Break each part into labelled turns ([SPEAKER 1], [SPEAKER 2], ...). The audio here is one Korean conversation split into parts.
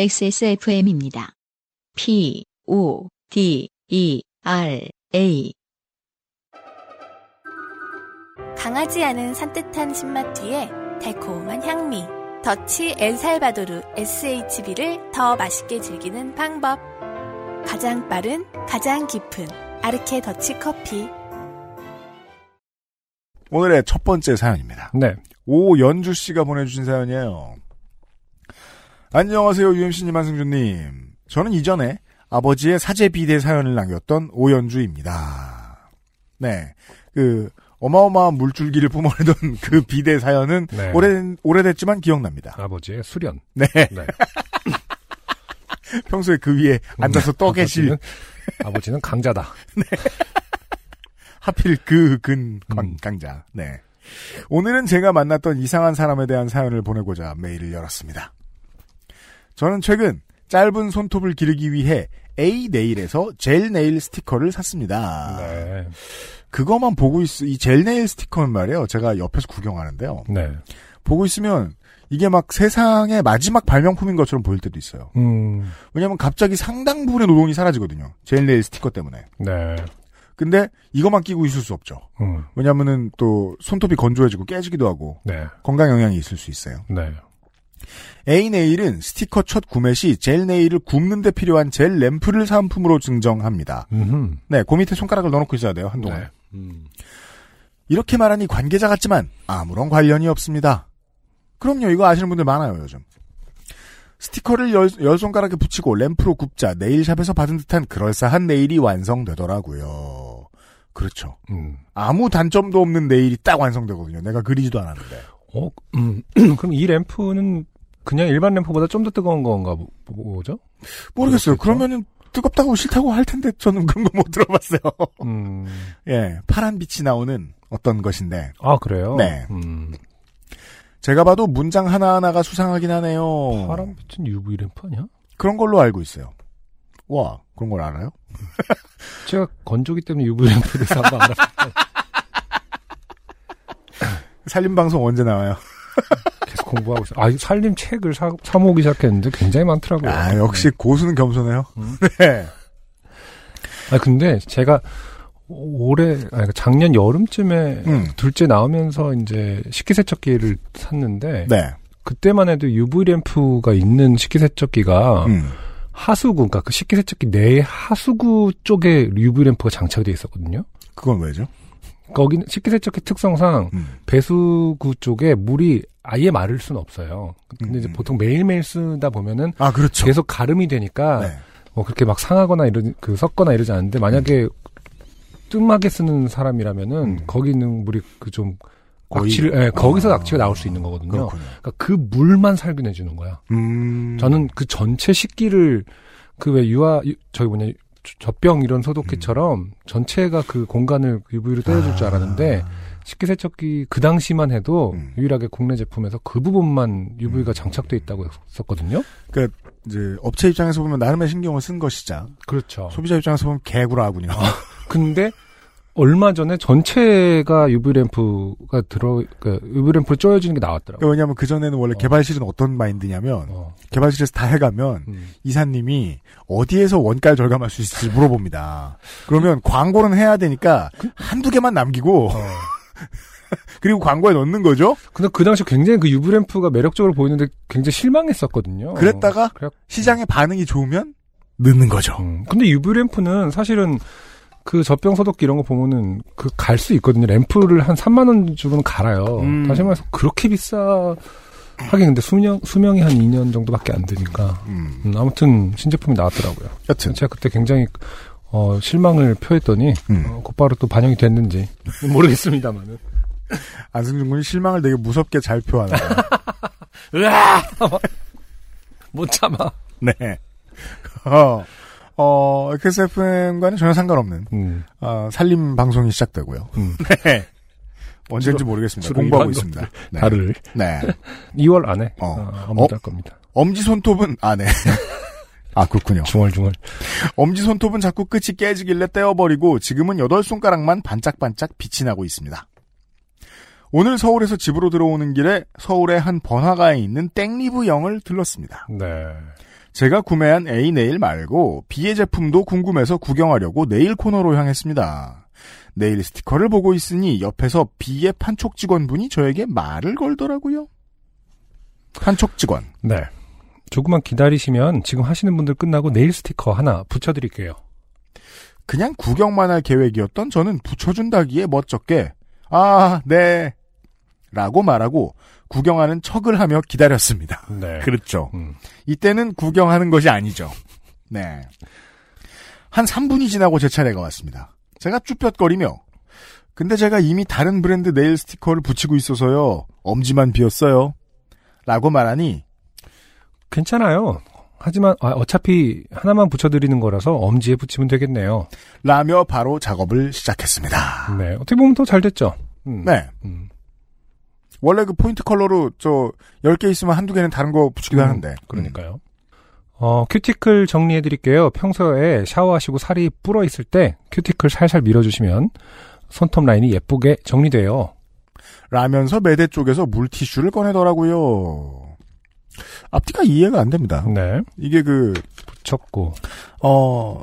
[SPEAKER 1] XSFM입니다. P, O, D, E, R, A.
[SPEAKER 2] 강하지 않은 산뜻한 신맛 뒤에 달콤한 향미. 더치 엘살바도르 SHB를 더 맛있게 즐기는 방법. 가장 빠른, 가장 깊은 아르케 더치 커피.
[SPEAKER 3] 오늘의 첫 번째 사연입니다.
[SPEAKER 4] 네.
[SPEAKER 3] 오연주 씨가 보내주신 사연이에요. 안녕하세요, UMC님, 한승준님. 저는 이전에 아버지의 사제비대 사연을 남겼던 오연주입니다. 네. 그, 어마어마한 물줄기를 뿜어내던 그 비대 사연은
[SPEAKER 4] 네.
[SPEAKER 3] 오래, 오래됐지만 기억납니다.
[SPEAKER 4] 아버지의 수련.
[SPEAKER 3] 네.
[SPEAKER 4] 네.
[SPEAKER 3] 평소에 그 위에
[SPEAKER 4] 음.
[SPEAKER 3] 앉아서 떠 계실
[SPEAKER 4] 아버지는, 아버지는 강자다.
[SPEAKER 3] 하필 그 근
[SPEAKER 4] 음.
[SPEAKER 3] 강자. 네. 오늘은 제가 만났던 이상한 사람에 대한 사연을 보내고자 메일을 열었습니다. 저는 최근 짧은 손톱을 기르기 위해 A 네일에서 젤 네일 스티커를 샀습니다.
[SPEAKER 4] 네.
[SPEAKER 3] 그거만 보고 있어 이 젤 네일 스티커는 말이에요. 제가 옆에서 구경하는데요.
[SPEAKER 4] 네.
[SPEAKER 3] 보고 있으면 이게 막 세상의 마지막 발명품인 것처럼 보일 때도 있어요.
[SPEAKER 4] 음.
[SPEAKER 3] 왜냐면 갑자기 상당 부분의 노동이 사라지거든요. 젤 네일 스티커 때문에.
[SPEAKER 4] 네.
[SPEAKER 3] 근데 이것만 끼고 있을 수 없죠.
[SPEAKER 4] 음.
[SPEAKER 3] 왜냐면은 또 손톱이 건조해지고 깨지기도 하고
[SPEAKER 4] 네.
[SPEAKER 3] 건강 영향이 있을 수 있어요.
[SPEAKER 4] 네.
[SPEAKER 3] A 네일은 스티커 첫 구매 시 젤 네일을 굽는데 필요한 젤 램프를 사은품으로 증정합니다.
[SPEAKER 4] 음흠.
[SPEAKER 3] 네, 그 밑에 손가락을 넣어놓고 있어야 돼요 한동안.
[SPEAKER 4] 네.
[SPEAKER 3] 이렇게 말하니 관계자 같지만 아무런 관련이 없습니다. 그럼요, 이거 아시는 분들 많아요 요즘. 스티커를 열, 열 손가락에 붙이고 램프로 굽자 네일샵에서 받은 듯한 그럴싸한 네일이 완성되더라고요. 그렇죠.
[SPEAKER 4] 음.
[SPEAKER 3] 아무 단점도 없는 네일이 딱 완성되거든요. 내가 그리지도 않았는데.
[SPEAKER 4] 어, 음. 그럼 이 램프는 그냥 일반 램프보다 좀 더 뜨거운 건가 보- 보죠?
[SPEAKER 3] 모르겠어요.
[SPEAKER 4] 그렇겠죠.
[SPEAKER 3] 그러면은 뜨겁다고 싫다고 할 텐데 저는 그런 거 못 들어봤어요.
[SPEAKER 4] 음.
[SPEAKER 3] 예, 파란 빛이 나오는 어떤 것인데
[SPEAKER 4] 아, 그래요?
[SPEAKER 3] 네.
[SPEAKER 4] 음.
[SPEAKER 3] 제가 봐도 문장 하나 하나가 수상하긴 하네요.
[SPEAKER 4] 파란 빛은 UV 램프 아니야?
[SPEAKER 3] 그런 걸로 알고 있어요. 와, 그런 걸 알아요?
[SPEAKER 4] 제가 건조기 때문에 UV 램프를 산거 알아.
[SPEAKER 3] 살림 방송 언제 나와요?
[SPEAKER 4] 계속 공부하고 있어. 아, 이 살림 책을 사, 사모기 시작했는데 굉장히 많더라고요.
[SPEAKER 3] 아, 역시 고수는 겸손해요.
[SPEAKER 4] 음.
[SPEAKER 3] 네.
[SPEAKER 4] 아 근데 제가 올해 아니 그러니까 작년 여름쯤에
[SPEAKER 3] 음.
[SPEAKER 4] 둘째 나오면서 이제 식기세척기를 샀는데
[SPEAKER 3] 네.
[SPEAKER 4] 그때만 해도 UV 램프가 있는 식기세척기가
[SPEAKER 3] 음.
[SPEAKER 4] 하수구 그러니까 그 식기세척기 내에 하수구 쪽에 UV 램프가 장착되어 있었거든요.
[SPEAKER 3] 그건 왜죠?
[SPEAKER 4] 거기는 식기세척기 특성상
[SPEAKER 3] 음.
[SPEAKER 4] 배수구 쪽에 물이 아예 마를 수는 없어요. 근데 이제
[SPEAKER 3] 음.
[SPEAKER 4] 보통 매일매일 쓰다 보면은
[SPEAKER 3] 아, 그렇죠.
[SPEAKER 4] 계속 가름이 되니까
[SPEAKER 3] 네.
[SPEAKER 4] 뭐 그렇게 막 상하거나 이러 그 섞거나 이러지 않는데 만약에 뜸하게 쓰는 사람이라면은
[SPEAKER 3] 음.
[SPEAKER 4] 거기 있는 물이 그 좀
[SPEAKER 3] 거의-
[SPEAKER 4] 악취를 예, 거기서
[SPEAKER 3] 아,
[SPEAKER 4] 악취가 나올 수 있는 거거든요. 그러니까
[SPEAKER 3] 그렇군요.
[SPEAKER 4] 그 물만 살균해 주는 거야.
[SPEAKER 3] 음.
[SPEAKER 4] 저는 그 전체 식기를 그 왜 유아 유- 저기 뭐냐 저- 젖병 이런 소독기처럼
[SPEAKER 3] 음.
[SPEAKER 4] 전체가 그 공간을 UV로 때려줄 줄 알았는데 식기세척기 그 당시만 해도
[SPEAKER 3] 아. 음.
[SPEAKER 4] 유일하게 국내 제품에서 그 부분만 UV가 장착돼 있다고 했었거든요.
[SPEAKER 3] 이제 업체 입장에서 보면 나름의 신경을 쓴 것이자
[SPEAKER 4] 그렇죠.
[SPEAKER 3] 소비자 입장에서 보면 개구라군요.
[SPEAKER 4] 어. 근데 얼마 전에 전체가 UV 램프가 들어 그 UV 램프로 쪼여지는 게 나왔더라고. 요
[SPEAKER 3] 왜냐하면 그 전에는 원래
[SPEAKER 4] 어.
[SPEAKER 3] 개발실은 어떤 마인드냐면
[SPEAKER 4] 어.
[SPEAKER 3] 개발실에서 다 해가면
[SPEAKER 4] 음.
[SPEAKER 3] 이사님이 어디에서 원가를 절감할 수 있을지 물어봅니다. 그러면 광고는 해야 되니까 한두 개만 남기고
[SPEAKER 4] 어.
[SPEAKER 3] 그리고 광고에 넣는 거죠.
[SPEAKER 4] 근데 그 당시 굉장히 그 UV 램프가 매력적으로 보이는데 굉장히 실망했었거든요.
[SPEAKER 3] 그랬다가
[SPEAKER 4] 그래-
[SPEAKER 3] 시장의 반응이 좋으면 넣는 거죠.
[SPEAKER 4] 음. 근데 UV 램프는 사실은 그 젖병 소독기 이런 거 보면은 그 갈 수 있거든요. 램프를 한 3만 원 주고는 갈아요.
[SPEAKER 3] 음.
[SPEAKER 4] 다시 말해서 그렇게 비싸 하긴 근데 수명 수명이 한 2년 정도밖에 안 되니까.
[SPEAKER 3] 음.
[SPEAKER 4] 음, 아무튼 신제품이 나왔더라고요.
[SPEAKER 3] 여튼
[SPEAKER 4] 제가 그때 굉장히 어, 실망을 표했더니
[SPEAKER 3] 음.
[SPEAKER 4] 어, 곧바로 또 반영이 됐는지 모르겠습니다만은
[SPEAKER 3] 안승준 군이 실망을 되게 무섭게 잘 표하는.
[SPEAKER 4] 못 참아.
[SPEAKER 3] 네. 어, 어, XFM과는 전혀 상관없는
[SPEAKER 4] 음,
[SPEAKER 3] 어, 살림 방송이 시작되고요.
[SPEAKER 4] 음.
[SPEAKER 3] 네. 언제인지 모르겠습니다.
[SPEAKER 4] 주로
[SPEAKER 3] 공부하고
[SPEAKER 4] 이런
[SPEAKER 3] 있습니다. 네.
[SPEAKER 4] 다를
[SPEAKER 3] 네.
[SPEAKER 4] 2월 안에
[SPEAKER 3] 어.
[SPEAKER 4] 어. 아무도
[SPEAKER 3] 어?
[SPEAKER 4] 할 겁니다.
[SPEAKER 3] 엄지 손톱은 아 네. 아 그렇군요.
[SPEAKER 4] 중얼중얼.
[SPEAKER 3] 엄지 손톱은 자꾸 끝이 깨지길래 떼어버리고 지금은 여덟 손가락만 반짝반짝 빛이 나고 있습니다. 오늘 서울에서 집으로 들어오는 길에 서울의 한 번화가에 있는 땡리브 영을 들렀습니다.
[SPEAKER 4] 네.
[SPEAKER 3] 제가 구매한 A 네일 말고 B의 제품도 궁금해서 구경하려고 네일 코너로 향했습니다. 네일 스티커를 보고 있으니 옆에서 B의 판촉 직원분이 저에게 말을 걸더라고요. 판촉 직원.
[SPEAKER 4] 네. 조금만 기다리시면 지금 하시는 분들 끝나고 네일 스티커 하나 붙여드릴게요.
[SPEAKER 3] 그냥 구경만 할 계획이었던 저는 붙여준다기에 멋쩍게 아, 네. 라고 말하고 구경하는 척을 하며 기다렸습니다.
[SPEAKER 4] 네.
[SPEAKER 3] 그렇죠.
[SPEAKER 4] 음.
[SPEAKER 3] 이때는 구경하는 것이 아니죠. 네. 한 3분이 지나고 제 차례가 왔습니다. 제가 쭈뼛거리며 근데 제가 이미 다른 브랜드 네일 스티커를 붙이고 있어서요. 엄지만 비었어요. 라고 말하니
[SPEAKER 4] 괜찮아요. 하지만 아, 어차피 하나만 붙여드리는 거라서 엄지에 붙이면 되겠네요.
[SPEAKER 3] 라며 바로 작업을 시작했습니다.
[SPEAKER 4] 네. 어떻게 보면 더 잘 됐죠. 음.
[SPEAKER 3] 네.
[SPEAKER 4] 음.
[SPEAKER 3] 원래 그 포인트 컬러로 저 10개 있으면 한두 개는 다른 거 붙이기도
[SPEAKER 4] 음,
[SPEAKER 3] 하는데.
[SPEAKER 4] 그러니까요. 어, 큐티클 정리해 드릴게요. 평소에 샤워하시고 살이 불어 있을 때 큐티클 살살 밀어 주시면 손톱 라인이 예쁘게 정리돼요.
[SPEAKER 3] 라면서 매대 쪽에서 물티슈를 꺼내더라고요. 앞뒤가 이해가 안 됩니다.
[SPEAKER 4] 네.
[SPEAKER 3] 이게 그,
[SPEAKER 4] 붙였고.
[SPEAKER 3] 어,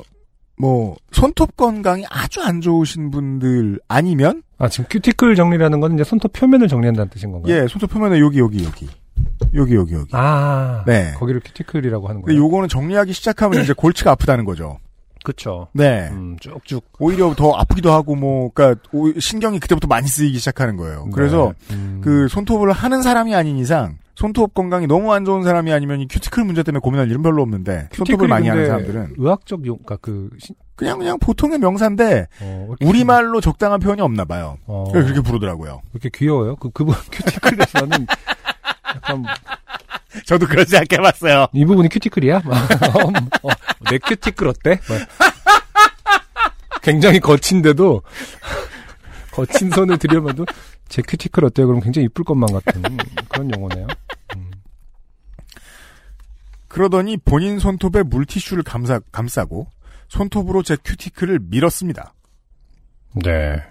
[SPEAKER 3] 뭐, 손톱 건강이 아주 안 좋으신 분들 아니면,
[SPEAKER 4] 아, 지금 큐티클 정리라는 건 이제 손톱 표면을 정리한다는 뜻인 건가요?
[SPEAKER 3] 예, 손톱 표면에 여기, 여기, 여기. 여기, 여기, 여기.
[SPEAKER 4] 아.
[SPEAKER 3] 네.
[SPEAKER 4] 거기를 큐티클이라고 하는
[SPEAKER 3] 근데
[SPEAKER 4] 거예요.
[SPEAKER 3] 요거는 정리하기 시작하면 이제 골치가 아프다는 거죠.
[SPEAKER 4] 그쵸.
[SPEAKER 3] 네.
[SPEAKER 4] 음, 쭉쭉.
[SPEAKER 3] 오히려 더 아프기도 하고, 뭐, 그니까, 신경이 그때부터 많이 쓰이기 시작하는 거예요. 그래서,
[SPEAKER 4] 네. 음.
[SPEAKER 3] 그 손톱을 하는 사람이 아닌 이상 손톱 건강이 너무 안 좋은 사람이 아니면 이 큐티클 문제 때문에 고민할 일은 별로 없는데 손톱을
[SPEAKER 4] 큐티클이
[SPEAKER 3] 많이 하는
[SPEAKER 4] 근데
[SPEAKER 3] 사람들은
[SPEAKER 4] 의학적 용, 그러니까 그 신-
[SPEAKER 3] 그냥 그냥 보통의 명사인데
[SPEAKER 4] 어, 이렇게-
[SPEAKER 3] 우리 말로 적당한 표현이 없나 봐요.
[SPEAKER 4] 어,
[SPEAKER 3] 그래서 그렇게 부르더라고요.
[SPEAKER 4] 이렇게 귀여워요. 그 그분 큐티클에서는 약간
[SPEAKER 3] 저도 그런 생각해봤어요.
[SPEAKER 4] 이 부분이 큐티클이야? 막, 어, 어, 내 큐티클 어때? 막. 굉장히 거친데도 거친 손을 들여봐도 제 큐티클 어때요? 그럼 굉장히 이쁠 것만 같은 그런 용어네요.
[SPEAKER 3] 그러더니 본인 손톱에 물티슈를 감싸, 감싸고 손톱으로 제 큐티클을 밀었습니다.
[SPEAKER 4] 네.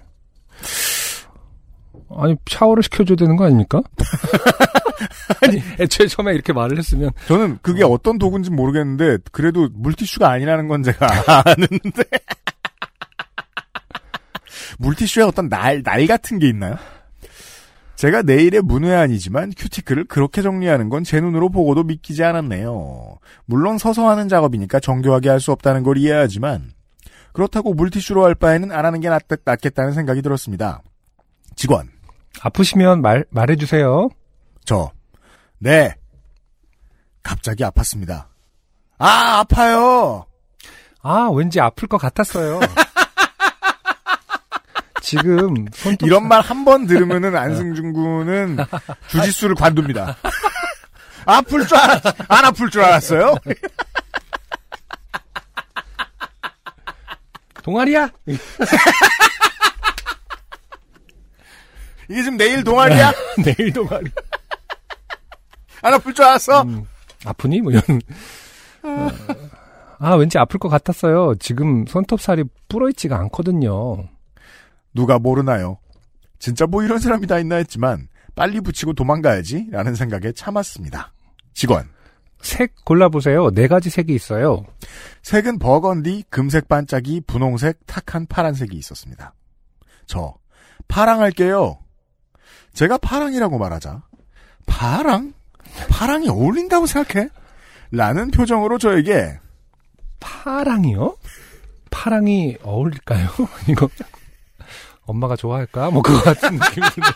[SPEAKER 4] 아니 샤워를 시켜줘야 되는 거 아닙니까? 아니 애초에 처음에 이렇게 말을 했으면
[SPEAKER 3] 저는 그게 어떤 도구인지 모르겠는데 그래도 물티슈가 아니라는 건 제가 아는데 물티슈에 어떤 날, 날 같은 게 있나요? 제가 내일의 문외한이지만 큐티클을 그렇게 정리하는 건 제 눈으로 보고도 믿기지 않았네요. 물론 서서 하는 작업이니까 정교하게 할 수 없다는 걸 이해하지만 그렇다고 물티슈로 할 바에는 안 하는 게 낫, 낫겠다는 생각이 들었습니다. 직원
[SPEAKER 4] 아프시면 말 말해주세요.
[SPEAKER 3] 저, 네. 갑자기 아팠습니다. 아, 아파요!
[SPEAKER 4] 아 왠지 아플 것 같았어요. 지금 손톱
[SPEAKER 3] 이런 말 한 번 들으면은 안승준 군은 주짓수를 관둡니다. 아플 줄 알았, 안 아플 줄 알았어요?
[SPEAKER 4] 동아리야?
[SPEAKER 3] 이게 지금 내일 동아리야?
[SPEAKER 4] 내일 동아리.
[SPEAKER 3] 안 아플 줄 알았어?
[SPEAKER 4] 음. 아프니? 뭐 이런. 어, 아, 왠지 아플 것 같았어요. 지금 손톱살이 불어있지가 않거든요.
[SPEAKER 3] 누가 모르나요? 진짜 뭐 이런 사람이 다 있나 했지만, 빨리 붙이고 도망가야지, 라는 생각에 참았습니다. 직원.
[SPEAKER 4] 색 골라보세요. 네 가지 색이 있어요.
[SPEAKER 3] 색은 버건디, 금색 반짝이, 분홍색, 탁한 파란색이 있었습니다. 저, 파랑할게요. 제가 파랑이라고 말하자. 파랑? 파랑이 어울린다고 생각해? 라는 표정으로 저에게,
[SPEAKER 4] 파랑이요? 파랑이 어울릴까요? 이거. 엄마가 좋아할까? 뭐 그거 같은 느낌이 들어요.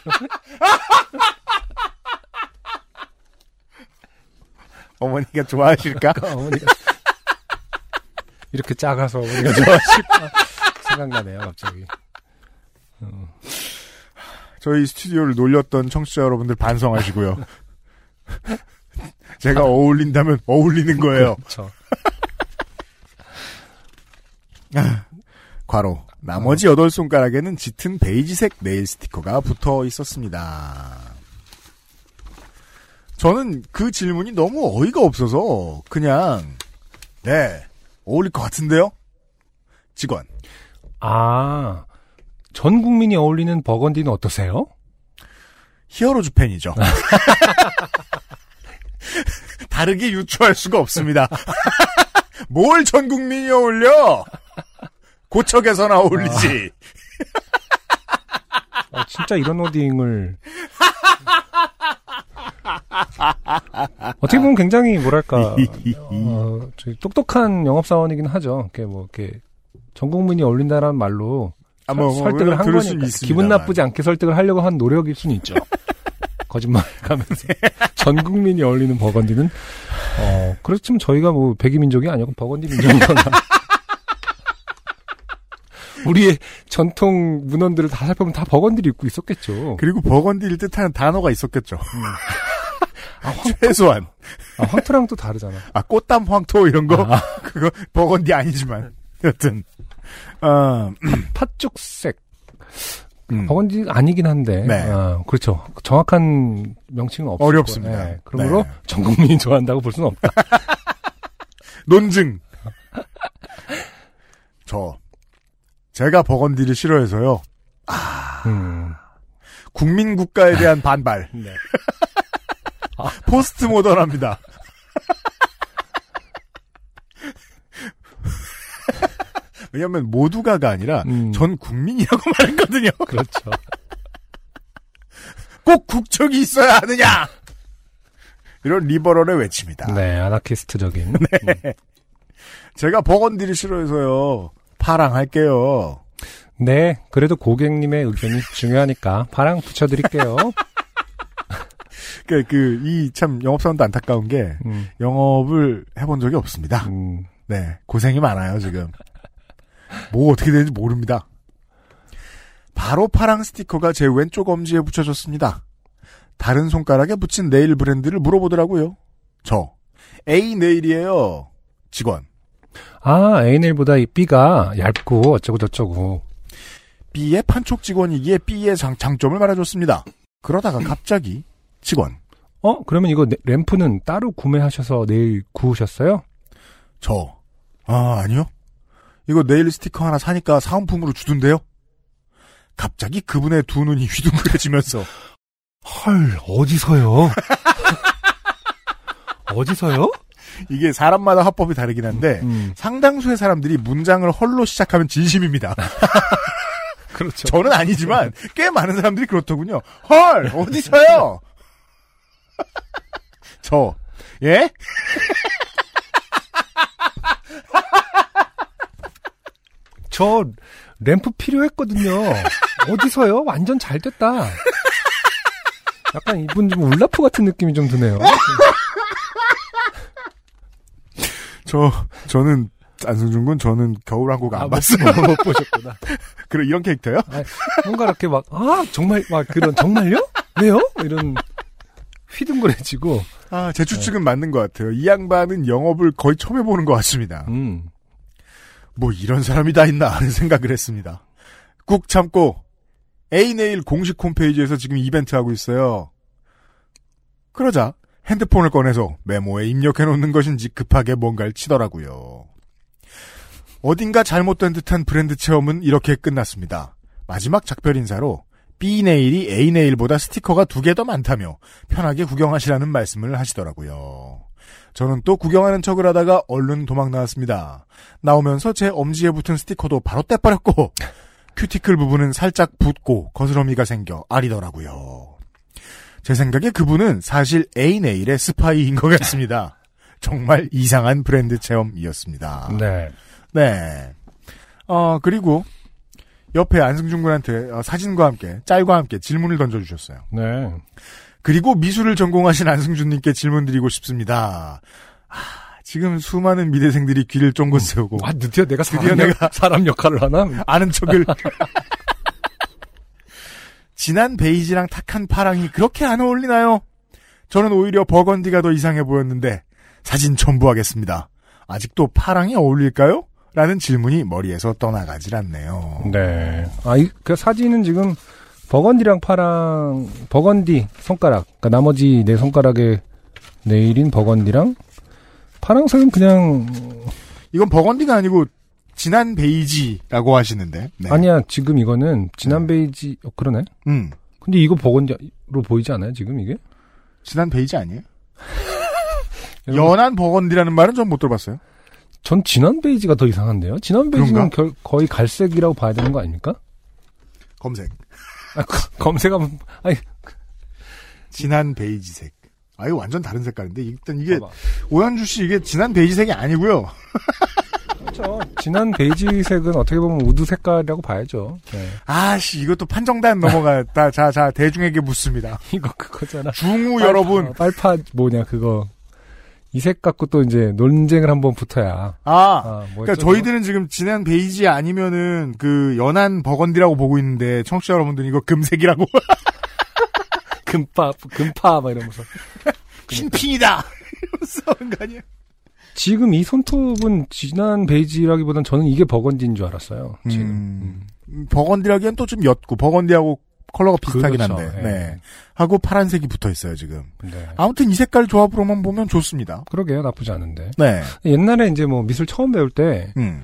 [SPEAKER 3] 어머니가 좋아하실까?
[SPEAKER 4] 어머니가. 이렇게 작아서 어머니가 좋아하실까? 생각나네요, 갑자기.
[SPEAKER 3] 저희 스튜디오를 놀렸던 청취자 여러분들 반성하시고요. 제가 어울린다면 어울리는 거예요.
[SPEAKER 4] 그렇죠.
[SPEAKER 3] 과로. 나머지 여덟 손가락에는 짙은 베이지색 네일 스티커가 붙어 있었습니다. 저는 그 질문이 너무 어이가 없어서 그냥 네 어울릴 것 같은데요? 직원
[SPEAKER 4] 아, 전 국민이 어울리는 버건디는 어떠세요?
[SPEAKER 3] 히어로즈 팬이죠. 다르게 유추할 수가 없습니다. 뭘 전 국민이 어울려? 고척에서나 어울리지.
[SPEAKER 4] 아, 진짜 이런 오딩을. 어떻게 보면 굉장히 뭐랄까 어, 저기 똑똑한 영업사원이긴 하죠. 이렇게 뭐 이렇게 전 국민이 어울린다라는 말로
[SPEAKER 3] 아,
[SPEAKER 4] 설득을 한
[SPEAKER 3] 들을 수는
[SPEAKER 4] 거니까
[SPEAKER 3] 있습니다만.
[SPEAKER 4] 기분 나쁘지 않게 설득을 하려고 한 노력일 수는 있죠. 거짓말 하면서 전 국민이 어울리는 버건디는 어 그렇지만 저희가 뭐 백이 민족이 아니고 버건디 민족이거나 우리의 전통 문헌들을 다 살펴보면 다 버건디를 입고 있었겠죠.
[SPEAKER 3] 그리고 버건디일 듯한 단어가 있었겠죠.
[SPEAKER 4] 아, 황,
[SPEAKER 3] 최소한.
[SPEAKER 4] 아, 황토랑 또 다르잖아.
[SPEAKER 3] 아, 꽃담 황토 이런 거?
[SPEAKER 4] 아.
[SPEAKER 3] 그거 버건디 아니지만. 여튼. 어,
[SPEAKER 4] 팥죽색
[SPEAKER 3] 음.
[SPEAKER 4] 버건디 아니긴 한데
[SPEAKER 3] 네.
[SPEAKER 4] 아, 그렇죠. 정확한 명칭은 없을
[SPEAKER 3] 어렵습니다.
[SPEAKER 4] 거예요. 네, 그러므로
[SPEAKER 3] 네.
[SPEAKER 4] 전 국민이 좋아한다고 볼 수는 없다.
[SPEAKER 3] 논증. 저. 제가 버건디를 싫어해서요.
[SPEAKER 4] 음.
[SPEAKER 3] 국민 국가에 대한 반발.
[SPEAKER 4] 네.
[SPEAKER 3] 포스트 모던합니다. 왜냐면 모두가가 아니라
[SPEAKER 4] 음.
[SPEAKER 3] 전 국민이라고 말했거든요.
[SPEAKER 4] 그렇죠.
[SPEAKER 3] 꼭 국적이 있어야 하느냐. 이런 리버럴의 외침이다.
[SPEAKER 4] 네, 아나키스트적인. 음.
[SPEAKER 3] 제가 버건디를 싫어해서요. 파랑할게요.
[SPEAKER 4] 네, 그래도 고객님의 의견이 중요하니까 파랑 붙여드릴게요.
[SPEAKER 3] 그, 그, 이 참 영업사원도 안타까운 게
[SPEAKER 4] 음,
[SPEAKER 3] 영업을 해본 적이 없습니다.
[SPEAKER 4] 음,
[SPEAKER 3] 네. 고생이 많아요, 지금. 뭐 어떻게 되는지 모릅니다. 바로 파랑 스티커가 제 왼쪽 엄지에 붙여졌습니다. 다른 손가락에 붙인 네일 브랜드를 물어보더라고요. 저. A 네일이에요. 직원.
[SPEAKER 4] 아, A네일보다 이 B가 얇고 어쩌고저쩌고.
[SPEAKER 3] B의 판촉 직원이기에 B의 장, 장점을 말해줬습니다. 그러다가 갑자기 직원.
[SPEAKER 4] 어, 그러면 이거 네- 램프는 따로 구매하셔서 내일 구우셨어요?
[SPEAKER 3] 저. 아, 아니요. 이거 네일 스티커 하나 사니까 사은품으로 주던데요? 갑자기 그분의 두 눈이 휘둥그레지면서
[SPEAKER 4] 헐, 어디서요? 어디서요?
[SPEAKER 3] 이게 사람마다 화법이 다르긴 한데
[SPEAKER 4] 음,
[SPEAKER 3] 상당수의 사람들이 문장을 헐로 시작하면 진심입니다.
[SPEAKER 4] 그렇죠.
[SPEAKER 3] 저는 아니지만 꽤 많은 사람들이 그렇더군요. 헐 어디서요? 저 예?
[SPEAKER 4] 저 램프 필요했거든요. 어디서요? 완전 잘 됐다. 약간 이분 좀 울라프 같은 느낌이 좀 드네요.
[SPEAKER 3] 저 저는 안승준 군 저는 겨울왕국
[SPEAKER 4] 아,
[SPEAKER 3] 안 봤어요.
[SPEAKER 4] 못, 못 보셨구나.
[SPEAKER 3] 그래 이런 캐릭터요?
[SPEAKER 4] 아니, 뭔가 이렇게 막, 아, 정말, 막 그런, 정말요? 왜요? 이런 휘둥그레지고,
[SPEAKER 3] 아제 추측은 맞는 것 같아요. 이 양반은 영업을 거의 처음 해보는 것 같습니다.
[SPEAKER 4] 음,
[SPEAKER 3] 뭐 이런 사람이 다 있나 하는 생각을 했습니다. 꾹 참고 A네일 공식 홈페이지에서 지금 이벤트 하고 있어요. 그러자 핸드폰을 꺼내서 메모에 입력해 놓는 것인지 급하게 뭔가를 치더라고요. 어딘가 잘못된 듯한 브랜드 체험은 이렇게 끝났습니다. 마지막 작별 인사로 B네일이 A네일보다 스티커가 두 개 더 많다며 편하게 구경하시라는 말씀을 하시더라고요. 저는 또 구경하는 척을 하다가 얼른 도망 나왔습니다. 나오면서 제 엄지에 붙은 스티커도 바로 떼버렸고 큐티클 부분은 살짝 붓고 거스러미가 생겨 아리더라고요. 제 생각에 그분은 사실 A네일의 스파이인 것 같습니다. 정말 이상한 브랜드 체험이었습니다.
[SPEAKER 4] 네.
[SPEAKER 3] 네. 어, 그리고 옆에 안승준 군한테 어, 사진과 함께 짤과 함께 질문을 던져주셨어요.
[SPEAKER 4] 네.
[SPEAKER 3] 그리고 미술을 전공하신 안승준님께 질문 드리고 싶습니다. 아, 지금 수많은 미대생들이 귀를 쫑긋 세우고
[SPEAKER 4] 아, 드디어 내가
[SPEAKER 3] 드디어
[SPEAKER 4] 사람,
[SPEAKER 3] 내가-
[SPEAKER 4] 사람 역할을 하나?
[SPEAKER 3] 아는 척을 진한 베이지랑 탁한 파랑이 그렇게 안 어울리나요? 저는 오히려 버건디가 더 이상해 보였는데 사진 첨부하겠습니다. 아직도 파랑이 어울릴까요? 라는 질문이 머리에서 떠나가질 않네요.
[SPEAKER 4] 네. 아, 이, 그 사진은 지금 버건디랑 파랑, 버건디 손가락, 그러니까 나머지 네 손가락에 네일인 버건디랑 파랑색은 그냥
[SPEAKER 3] 이건 버건디가 아니고 진한 베이지라고 하시는데. 네.
[SPEAKER 4] 아니야 지금 이거는 진한 베이지 어, 그러네.
[SPEAKER 3] 음.
[SPEAKER 4] 근데 이거 버건디로 보이지 않아요 지금 이게?
[SPEAKER 3] 진한 베이지 아니에요?
[SPEAKER 4] 여러분,
[SPEAKER 3] 연한 버건디라는 말은 전 못 들어봤어요.
[SPEAKER 4] 전 진한 베이지가 더 이상한데요? 진한 베이지는 결- 거의 갈색이라고 봐야 되는 거 아닙니까?
[SPEAKER 3] 검색.
[SPEAKER 4] 아, 그- 검색하면, 아니,
[SPEAKER 3] 진한 베이지색. 아, 이거 완전 다른 색깔인데. 일단 이게,
[SPEAKER 4] 봐봐.
[SPEAKER 3] 오현주 씨 이게 진한 베이지색이 아니고요.
[SPEAKER 4] 그렇죠. 진한 베이지색은 어떻게 보면 우드 색깔이라고 봐야죠. 네.
[SPEAKER 3] 아씨, 이것도 판정단 넘어갔다. 자, 자, 대중에게 묻습니다.
[SPEAKER 4] 이거 그거잖아.
[SPEAKER 3] 중우 여러분.
[SPEAKER 4] 어, 빨파 뭐냐 그거 이 색 갖고 또 이제 논쟁을 한번 붙어야.
[SPEAKER 3] 아,
[SPEAKER 4] 아, 뭐였죠?
[SPEAKER 3] 그러니까 저희들은 지금 진한 베이지 아니면은 그 연한 버건디라고 보고 있는데 청취자 여러분들은 이거 금색이라고
[SPEAKER 4] 금파 금파 막 이러면서 네.
[SPEAKER 3] 흰핑이다 이러면서 하는 거 아니에요?
[SPEAKER 4] 지금 이 손톱은 진한 베이지라기보단 저는 이게 버건디인 줄 알았어요. 지금.
[SPEAKER 3] 음, 버건디라기엔 또 좀 옅고 버건디하고 컬러가 비슷하긴
[SPEAKER 4] 그렇죠.
[SPEAKER 3] 한데
[SPEAKER 4] 예.
[SPEAKER 3] 네. 하고 파란색이 붙어 있어요 지금.
[SPEAKER 4] 네.
[SPEAKER 3] 아무튼 이 색깔 조합으로만 보면 좋습니다.
[SPEAKER 4] 그러게요. 나쁘지 않은데.
[SPEAKER 3] 네.
[SPEAKER 4] 옛날에 이제 뭐 미술 처음 배울 때
[SPEAKER 3] 음.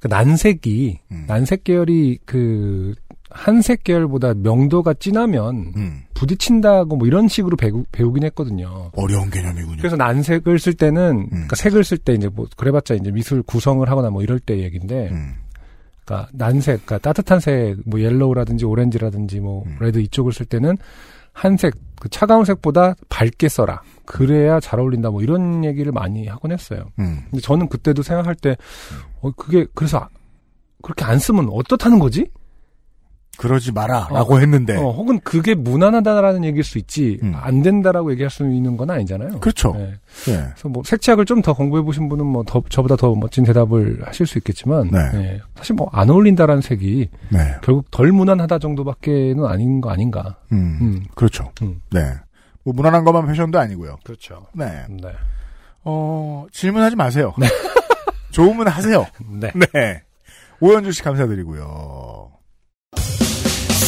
[SPEAKER 4] 그 난색이
[SPEAKER 3] 음.
[SPEAKER 4] 난색 계열이 그 한색 계열보다 명도가 진하면
[SPEAKER 3] 음.
[SPEAKER 4] 부딪힌다고 뭐 이런 식으로 배우, 배우긴 했거든요.
[SPEAKER 3] 어려운 개념이군요.
[SPEAKER 4] 그래서 난색을 쓸 때는
[SPEAKER 3] 음.
[SPEAKER 4] 그러니까 색을 쓸 때 이제 뭐 그래봤자 이제 미술 구성을 하거나 뭐 이럴 때 얘긴데
[SPEAKER 3] 음.
[SPEAKER 4] 그러니까 난색 그러니까 따뜻한 색뭐 옐로우라든지 오렌지라든지 뭐
[SPEAKER 3] 음.
[SPEAKER 4] 레드 이쪽을 쓸 때는 한색 그 차가운 색보다 밝게 써라 그래야 잘 어울린다 뭐 이런 얘기를 많이 하곤 했어요
[SPEAKER 3] 음.
[SPEAKER 4] 근데 저는 그때도 생각할 때 어, 그게 그래서 아- 그렇게 안 쓰면 어떻다는 거지
[SPEAKER 3] 그러지 마라라고 했는데
[SPEAKER 4] 어, 혹은 그게 무난하다라는 얘기일 수 있지
[SPEAKER 3] 네. 음.
[SPEAKER 4] 안 된다라고 얘기할 수 있는 건 아니잖아요
[SPEAKER 3] 그렇죠.
[SPEAKER 4] 네.
[SPEAKER 3] 예.
[SPEAKER 4] 그래서 뭐 색채학을 좀 더 공부해 보신 분은 뭐 더- 저보다 더 멋진 대답을 하실 수 있겠지만
[SPEAKER 3] 네.
[SPEAKER 4] 예, 사실 뭐 안 어울린다라는 색이
[SPEAKER 3] 네.
[SPEAKER 4] 결국 덜 무난하다 정도밖에는 아닌 거 아닌가.
[SPEAKER 3] 음.
[SPEAKER 4] 음.
[SPEAKER 3] 그렇죠.
[SPEAKER 4] 음.
[SPEAKER 3] 네. 뭐 무난한 것만 패션도 아니고요.
[SPEAKER 4] 그렇죠.
[SPEAKER 3] 네.
[SPEAKER 4] 네.
[SPEAKER 3] 어, 질문하지 마세요. 조음은 하세요.
[SPEAKER 4] 네.
[SPEAKER 3] 네. 오현주 씨 감사드리고요.